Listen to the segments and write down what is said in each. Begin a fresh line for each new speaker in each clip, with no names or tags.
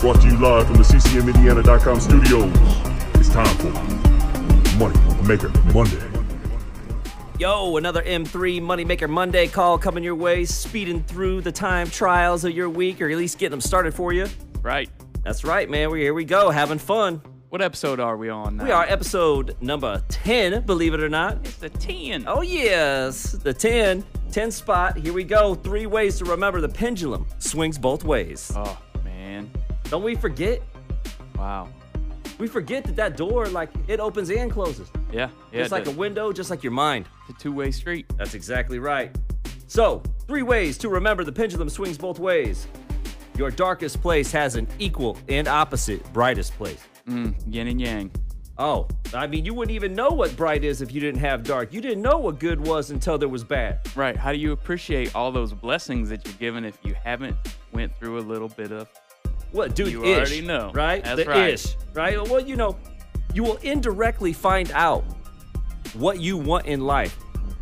brought to you live from the CCMIndiana.com studios. It's time for Money Maker Monday.
Yo, another M3 Moneymaker Monday call coming your way, speeding through the time trials of your week, or at least getting them started for you.
Right.
That's right, man. We here we go, having fun.
What episode are we on now?
We are episode number 10, believe it or not.
It's the 10.
Oh yes, the 10, 10 spot. Here we go. Three ways to remember the pendulum swings both ways.
Oh, man.
Don't we forget?
Wow.
We forget that that door, like it opens and closes.
Yeah. yeah
It's like a
the,
window, just like your mind.
the two-way street.
That's exactly right. So, three ways to remember the pendulum swings both ways. Your darkest place has an equal and opposite brightest place.
Yin and yang.
Oh, I mean, you wouldn't even know what bright is if you didn't have dark. You didn't know what good was until there was bad.
Right. How do you appreciate all those blessings that you're given if you haven't went through a little bit of
What, dude?
You
ish,
already know.
right?
That's
the
right.
ish, right? Well, you know, you will indirectly find out what you want in life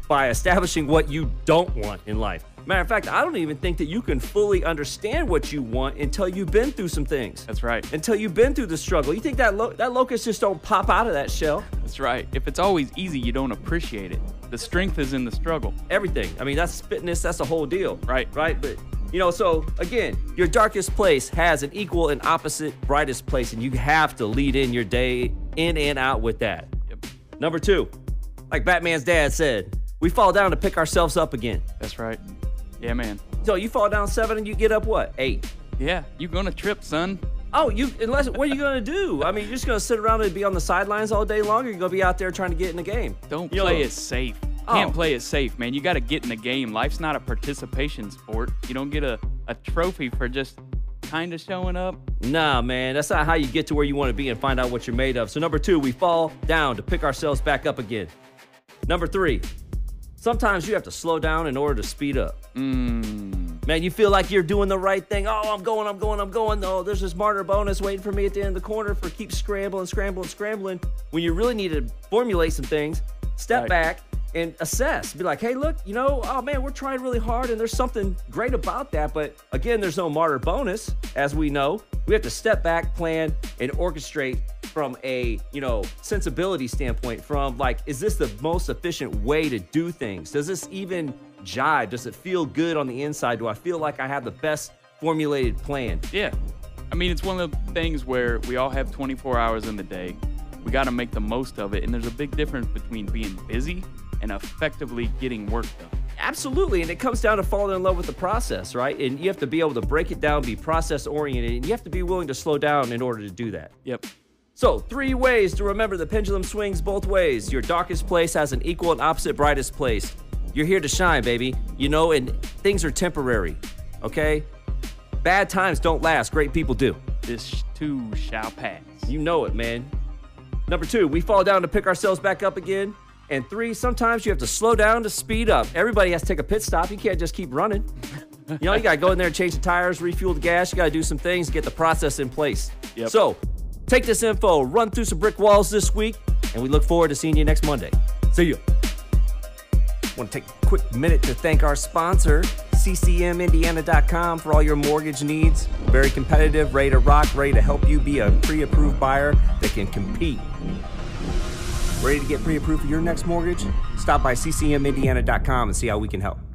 by establishing what you don't want in life. Matter of fact, I don't even think that you can fully understand what you want until you've been through some things.
That's right.
until you've been through the struggle. You think that lo- that locust just don't pop out of that shell?
That's right. If it's always easy, you don't appreciate it. The strength is in the struggle.
Everything. I mean, that's fitness. That's the whole deal.
Right.
Right. But you know, so again, your darkest place has an equal and opposite brightest place, and you have to lead in your day in and out with that.
Yep.
Number two, like Batman's dad said, we fall down to pick ourselves up again.
That's right. Yeah, man.
So you fall down seven and you get up what eight.
Yeah, you're gonna trip, son.
Oh, you unless what are you gonna do? I mean, you're just gonna sit around and be on the sidelines all day long, or you're gonna be out there trying to get in the game.
Don't
You know,
play it safe.
Oh.
Can't play it safe, man. You got to get in the game. Life's not a participation sport. You don't get a, a trophy for just kind of showing up.
Nah, man, that's not how you get to where you want to be and find out what you're made of. So, number two, we fall down to pick ourselves back up again. Number three, sometimes you have to slow down in order to speed up. Man, you feel like you're doing the right thing. Oh, I'm going, I'm going, I'm going. Oh, there's this martyr bonus waiting for me at the end of the corner for keep scrambling, scrambling, scrambling. When you really need to formulate some things, step
Right.
back and assess. Be like, hey, look, you know, oh man, we're trying really hard and there's something great about that. But again, there's no martyr bonus, as we know. We have to step back, plan, and orchestrate from a you know sensibility standpoint from like is this the most efficient way to do things does this even jive does it feel good on the inside do i feel like i have the best formulated plan
Yeah. I mean, it's one of the things where we all have 24 hours in the day. We got to make the most of it. And there's a big difference between being busy and effectively getting work done.
Absolutely, and it comes down to falling in love with the process, right? And you have to be able to break it down, be process oriented, and you have to be willing to slow down in order to do that.
Yep.
So, three ways to remember the pendulum swings both ways. Your darkest place has an equal and opposite brightest place. You're here to shine, baby. You know, and things are temporary, okay? Bad times don't last, great people do.
This too shall pass.
You know it, man. Number two, we fall down to pick ourselves back up again. And three, sometimes you have to slow down to speed up. Everybody has to take a pit stop. You can't just keep running. You know, you got to go in there and change the tires, refuel the gas. You got to do some things, get the process in place.
Yep.
So take this info, run through some brick walls this week, and we look forward to seeing you next Monday. See you. Want to take a quick minute to thank our sponsor, CCMIndiana.com, for all your mortgage needs. Very competitive, ready to rock, ready to help you be a pre approved buyer that can compete. Ready to get pre approved for your next mortgage? Stop by CCMIndiana.com and see how we can help.